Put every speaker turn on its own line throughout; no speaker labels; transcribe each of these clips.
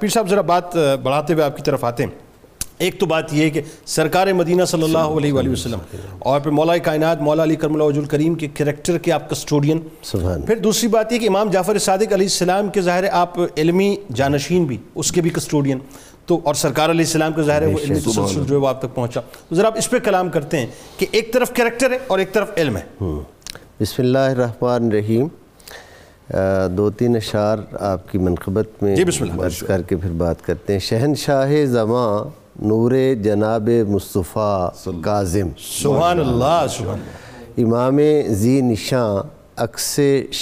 پیر صاحب ذرا بات آ، بڑھاتے ہوئے آپ کی طرف آتے ہیں ایک تو بات یہ ہے کہ سرکار مدینہ صلی اللہ علیہ وآلہ وسلم اور پھر مولا کائنات مولا علی کرم اللہ وجہ الکریم کے کریکٹر کے آپ کسٹوڈین
سبحان
پھر دوسری بات یہ کہ امام جعفر صادق علیہ السلام کے ظاہر ہے آپ علمی جانشین بھی اس کے بھی کسٹوڈین تو اور سرکار علیہ السلام کے ظاہر ہے وہ علمی تسلسل جو ہے وہ آپ تک پہنچا تو ذرا آپ اس پہ کلام کرتے ہیں کہ ایک طرف کریکٹر ہے اور ایک طرف علم ہے
بسم اللہ الرحمن الرحیم آ، دو تین اشعار آپ کی منقبت میں
جی، بسم اللہ۔
عرض کر کے پھر بات کرتے ہیں شہنشاہ زماں نور جناب مصطفیٰ کاظم
سبحان اللہ سبحان اللہ
امام زی نشاں عکس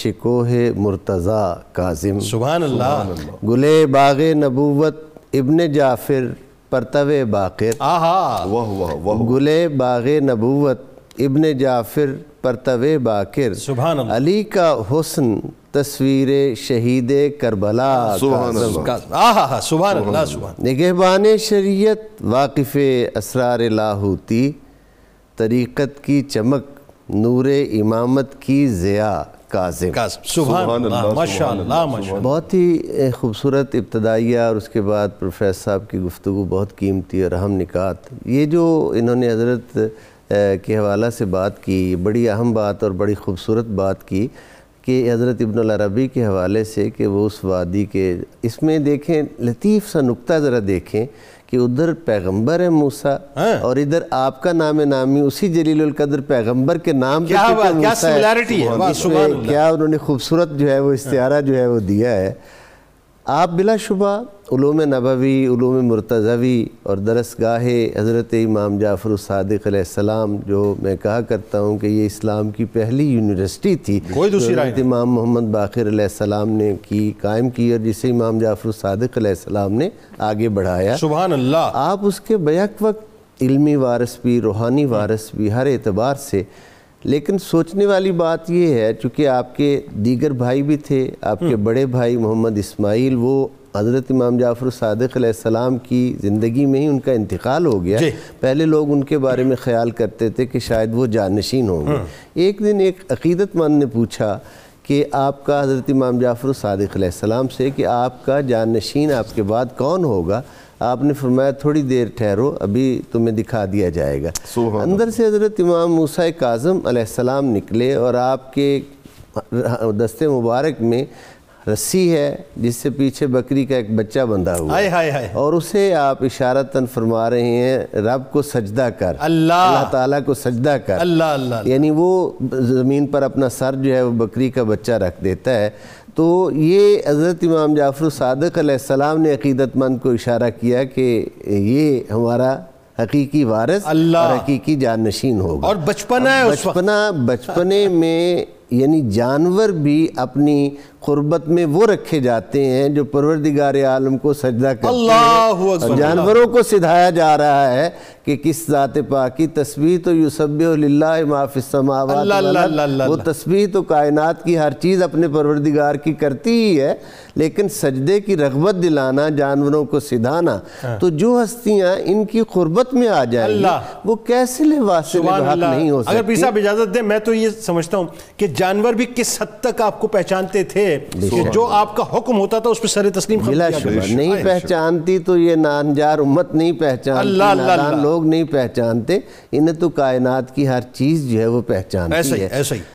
شکوہ مرتضیٰ کاظم
سبحان اللہ
گل باغ نبوت ابن جعفر پرتو باقر
آہا
واہ واہ واہ
گل باغ نبوت ابن جعفر پرتو باقر
سبحان اللہ
علی کا حسن تصویر شہید کربلا
سبحان اللہ
آہا سبحان اللہ سبحان
نگہبان شریعت واقف اسرار لاہوتی طریقت کی چمک نور امامت کی ضیاء کاظم
کاظم سبحان اللہ ماشاء اللہ ماشاء
بہت ہی اے، خوبصورت ابتدائیہ اور اس کے بعد پروفیسر صاحب کی گفتگو بہت قیمتی اور اہم نکات یہ جو انہوں نے حضرت اے، کے حوالہ سے بات کی یہ بڑی اہم بات اور بڑی خوبصورت بات کی کہ حضرت ابن العربی کے حوالے سے کہ وہ اس وادی کے اس میں دیکھیں لطیف سا نقطہ ذرا دیکھیں کہ ادھر پیغمبر ہے موسیٰ
ہاں۔
اور ادھر آپ کا نام نامی اسی جلیل القدر پیغمبر کے نام
کیا
چونکہ
بات- کیا
موسیٰ ہے،
similarity ہے، واہ،
اس میں
سبحان اللہ۔
کیا انہوں نے خوبصورت جو ہے وہ استعارہ جو ہے وہ دیا ہے آپ بلا شبہ علوم نبوی علوم مرتضوی اور درسگاہ حضرت امام جعفر الصادق علیہ السلام جو میں کہا کرتا ہوں کہ یہ اسلام کی پہلی یونیورسٹی تھی
کوئی دوسری
جو
رائے
حضرت امام محمد باقر علیہ السلام نے کی قائم کی اور جسے امام جعفر الصادق علیہ السلام نے آگے بڑھایا
اللہ سبحان اللہ
آپ اس کے بیک وقت علمی وارث بھی روحانی وارث بھی ہر اعتبار سے لیکن سوچنے والی بات یہ ہے چونکہ آپ کے دیگر بھائی بھی تھے آپ کے بڑے بھائی محمد اسماعیل وہ حضرت امام جعفر صادق علیہ السلام کی زندگی میں ہی ان کا انتقال ہو گیا
جی۔
پہلے لوگ ان کے بارے میں خیال کرتے تھے کہ شاید وہ جانشین ہوں گے ایک دن ایک عقیدت مند نے پوچھا کہ آپ کا حضرت امام جعفر صادق علیہ السلام سے کہ آپ کا جانشین آپ کے بعد کون ہوگا آپ نے فرمایا تھوڑی دیر ٹھہرو ابھی تمہیں دکھا دیا جائے گا
سبحان
اندر سے حضرت امام موسیٰ کاظم علیہ السلام نکلے اور آپ کے دستے مبارک میں رسی ہے جس سے پیچھے بکری کا ایک بچہ بندھا ہوا
ہائے
ہے
ہائے ہائے
اور اسے آپ اشارتاً فرما رہے ہیں رب کو سجدہ کر اللہ
اللہ
تعالیٰ کو سجدہ کر
اللہ اللہ
یعنی وہ زمین پر اپنا سر جو ہے وہ بکری کا بچہ رکھ دیتا ہے تو یہ حضرت امام جعفر صادق علیہ السلام نے عقیدت مند کو اشارہ کیا کہ یہ ہمارا حقیقی وارث
اللہ
اور حقیقی جانشین ہوگا
اور بچپنا ہے اس وقت
بچپنا بچپنے میں یعنی جانور بھی اپنی قربت میں وہ رکھے جاتے ہیں جو پروردگار عالم کو سجدہ کرتے ہیں
اللہ
اور
اکبر
جانوروں کو سدھایا جا رہا ہے کہ کس ذات پاک کی تسبیح تو یسبح للہ ما فی السماوات
اللہ، اللہ، اللہ، اللہ،
والارض وہ
اللہ۔
تسبیح تو کائنات کی ہر چیز اپنے پروردگار کی کرتی ہی ہے لیکن سجدے کی رغبت دلانا جانوروں کو سدھانا تو جو ہستیاں ان کی قربت میں آ جائیں گی،
ہاں۔ اللہ۔
وہ کیسے لباس
سبحان
لحاق نہیں ہو
اللہ اگر پیر
سکتی
صاحب اجازت دیں میں تو یہ سمجھتا ہوں کہ جانور بھی کس حد تک آپ کو پہچانتے تھے کہ جو آپ کا حکم ہوتا تھا اس پہ سر تسلیم خم
بلا
کیا کرتے
شبہ
تھے۔
نہیں پہچانتی تو یہ نانجار امت نہیں پہچانتی
اللہ، اللہ، اللہ۔
نادان لوگ نہیں پہچانتے انہیں تو کائنات کی ہر چیز جو ہے وہ
ایسا
پہچانتی
ہی
ہے
ایسا ہی